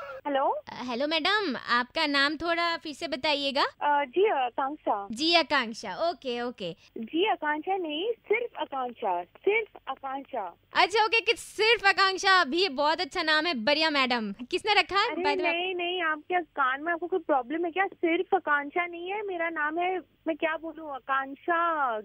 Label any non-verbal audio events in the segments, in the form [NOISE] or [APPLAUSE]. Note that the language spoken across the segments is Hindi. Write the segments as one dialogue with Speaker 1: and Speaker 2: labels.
Speaker 1: अ, हेलो मैडम आपका नाम थोड़ा फिर से बताइएगा
Speaker 2: अ, Uh, जी आकांक्षा
Speaker 1: जी आकांक्षा ओके ओके
Speaker 2: जी आकांक्षा नहीं सिर्फ आकांक्षा सिर्फ आकांक्षा
Speaker 1: अच्छा ओके कि सिर्फ आकांक्षा भी बहुत अच्छा नाम है बढ़िया मैडम किसने रखा है
Speaker 2: अरे
Speaker 1: By the way,
Speaker 2: नहीं नहीं आप क्या कान में आपको कोई प्रॉब्लम है क्या सिर्फ आकांक्षा नहीं है मेरा नाम है मैं क्या बोलूँ Akanksha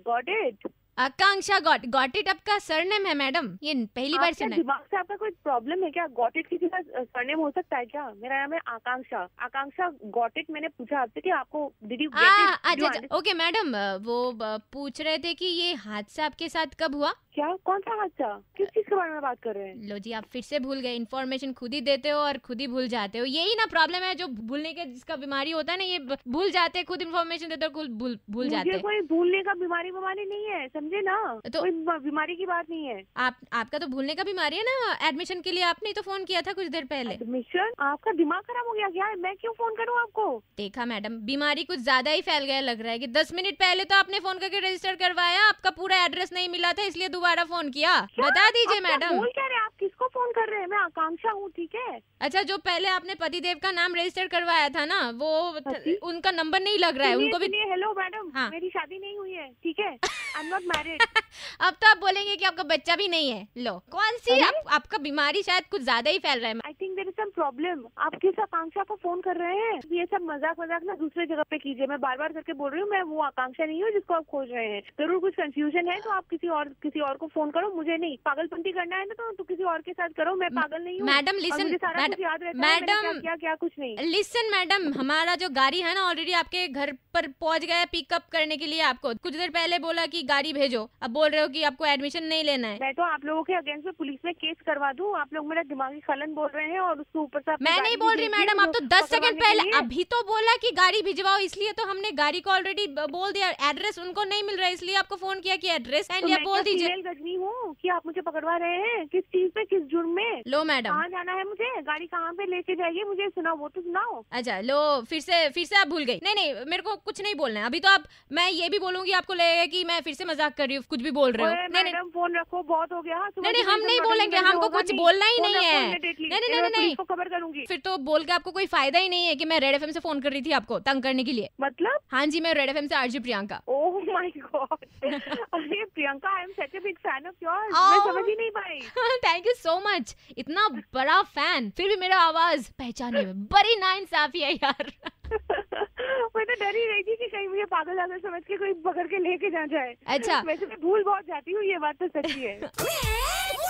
Speaker 2: got it
Speaker 1: Akanksha got got it आपका सरनेम है मैडम ये पहली बार सुना है।
Speaker 2: दिमाग से आपका कोई प्रॉब्लम है क्या गॉट इट किसी का सरनेम हो सकता है क्या मेरा नाम है आकांक्षा आकांक्षा गॉट इट मैंने पूछा आपसे कि आपको डिड यू
Speaker 1: आ, अच्छा अच्छा ओके मैडम अ, वो अ, पूछ रहे थे कि ये हादसा आपके साथ कब हुआ
Speaker 2: क्या कौन सा हादसा किस चीज के बारे में बात कर रहे हैं
Speaker 1: लो जी आप फिर से भूल गए इन्फॉर्मेशन खुद ही देते हो और खुद ही भूल जाते हो यही ना प्रॉब्लम है जो भूलने के जिसका बीमारी होता है ना ये ब- भूल जाते हैं, खुद इन्फॉर्मेशन देते हो खुद भूल भूल जाते
Speaker 2: मुझे तो
Speaker 1: हो
Speaker 2: कोई भूलने का बीमारी बीमारी नहीं है समझे ना
Speaker 1: तो-
Speaker 2: कोई बीमा- बीमारी की बात नहीं है
Speaker 1: आप आपका तो भूलने का बीमारी है ना एडमिशन के लिए आपने ही तो फोन किया था कुछ देर पहले
Speaker 2: मिशन आपका दिमाग खराब हो गया क्या मैं क्यों फोन करूँ आपको
Speaker 1: देखा मैडम बीमारी कुछ ज्यादा ही फैल गया लग रहा है कि दस मिनट पहले तो आपने फोन करके रजिस्टर करवाया आपका पूरा एड्रेस नहीं मिला था इसलिए दोबारा फोन किया
Speaker 2: क्या?
Speaker 1: बता दीजिए
Speaker 2: आप क्या
Speaker 1: मैडम
Speaker 2: बोल क्या रहे हैं? आप किसको फोन कर रहे हैं मैं आकांक्षा हूँ ठीक है
Speaker 1: अच्छा जो पहले आपने पतिदेव का नाम रजिस्टर करवाया था ना वो
Speaker 2: पति?
Speaker 1: उनका नंबर नहीं लग रहा है उनको भी
Speaker 2: हेलो मैडम
Speaker 1: हाँ।
Speaker 2: मेरी शादी नहीं हुई है ठीक है आई एम नॉट मैरिड
Speaker 1: अब तो आप बोलेंगे कि आपका बच्चा भी नहीं है लो कौन सी
Speaker 2: अरे?
Speaker 1: आप, आपका बीमारी शायद कुछ ज्यादा ही फैल रहा है
Speaker 2: I think there is some problem आप किस आकांक्षा को फोन कर रहे हैं ये सब मजाक मजाक ना दूसरे जगह पे कीजिए मैं बार बार करके बोल रही हूँ मैं वो आकांक्षा नहीं हूँ जिसको आप खोज रहे हैं जरूर कुछ कंफ्यूजन है तो आप किसी और किसी और को फोन करो मुझे नहीं पागलपंती करना है ना तो, तो किसी और के साथ करो मैं पागल नहीं हूँ
Speaker 1: मैडम
Speaker 2: और मुझे
Speaker 1: लिसन
Speaker 2: सारा कुछ याद रहता है मैंने क्या
Speaker 1: मैडम
Speaker 2: क्या क्या कुछ नहीं
Speaker 1: लिसन मैडम हमारा जो गाड़ी है ना ऑलरेडी आपके घर पर पहुंच गया है पिकअप करने के लिए आपको कुछ देर पहले बोला कि गाड़ी भेजो अब बोल रहे हो कि आपको एडमिशन नहीं लेना है
Speaker 2: मैं तो आप लोगों के अगेंस्ट में पुलिस में केस करवा दूं आप लोग मेरा दिमागी खलन बोल रहे हैं और उसके ऊपर से आपने
Speaker 1: मैं
Speaker 2: गाली
Speaker 1: नहीं
Speaker 2: भी
Speaker 1: बोल रही
Speaker 2: भेज दी
Speaker 1: मैडम आप तो
Speaker 2: मुझे
Speaker 1: दस
Speaker 2: पकड़वाने
Speaker 1: सेकंड
Speaker 2: के
Speaker 1: पहले
Speaker 2: लिए।
Speaker 1: अभी तो बोला कि गाड़ी भिजवाओ इसलिए तो हमने गाड़ी को ऑलरेडी बोल दिया एड्रेस उनको नहीं मिल रहा है इसलिए आपको फोन किया कि एड्रेस एंड
Speaker 2: तो
Speaker 1: या
Speaker 2: मैं
Speaker 1: बोल
Speaker 2: क्या
Speaker 1: दीजिए
Speaker 2: फीमेल गजनी हूँ कि आप मुझे पकड़वा रहे हैं किस चीज पे किस जुर्म में
Speaker 1: लो मैडम
Speaker 2: कहाँ जाना है मुझे गाड़ी कहाँ पे लेके जाइए मुझे सुनाओ वो तो सुनाओ
Speaker 1: अच्छा लो फिर से फिर से आप भूल गई नहीं नहीं मेरे को कुछ नहीं बोलना है अभी तो आप मैं ये भी बोलूंगी आपको लगेगा कि मैं फिर से मजाक कर रही हूँ कुछ भी बोल रहे हो
Speaker 2: ओए,
Speaker 1: नहीं नहीं
Speaker 2: मैडम फोन रखो बहुत हो गया हाँ, सुबह
Speaker 1: नहीं,
Speaker 2: से
Speaker 1: हम
Speaker 2: मेरे
Speaker 1: नहीं
Speaker 2: साथ
Speaker 1: बोलेंगे,
Speaker 2: बदतमीजी
Speaker 1: हमको
Speaker 2: होगा
Speaker 1: कुछ बोलना ही
Speaker 2: फोन
Speaker 1: नहीं
Speaker 2: रखो
Speaker 1: है।
Speaker 2: immediately,
Speaker 1: नहीं, नहीं,
Speaker 2: फिर
Speaker 1: नहीं,
Speaker 2: मैं
Speaker 1: नहीं।
Speaker 2: पुलिस को खबर करूंगी
Speaker 1: फिर तो बोल के आपको कोई फायदा ही नहीं है कि मैं रेड एफ से फोन कर रही थी आपको तंग करने के लिए
Speaker 2: मतलब
Speaker 1: हाँ जी मैं रेड एफ से RJ Priyanka [LAUGHS]
Speaker 2: oh my God अरे Priyanka I am such a big fan of yours
Speaker 1: Oh.
Speaker 2: मैं समझ ही नहीं पाई [LAUGHS]
Speaker 1: थैंक यू सो मच इतना बड़ा फैन फिर भी मेरा आवाज पहचाने में बड़ी नाइंसाफी है यार [LAUGHS]
Speaker 2: मैं तो डर ही रही थी कि कहीं मुझे पागल आगल समझ के कोई पकड़ के लेके ना जाए
Speaker 1: अच्छा।
Speaker 2: वैसे मैं भूल बहुत जाती हूँ ये बात तो सच्ची है
Speaker 3: Yeah.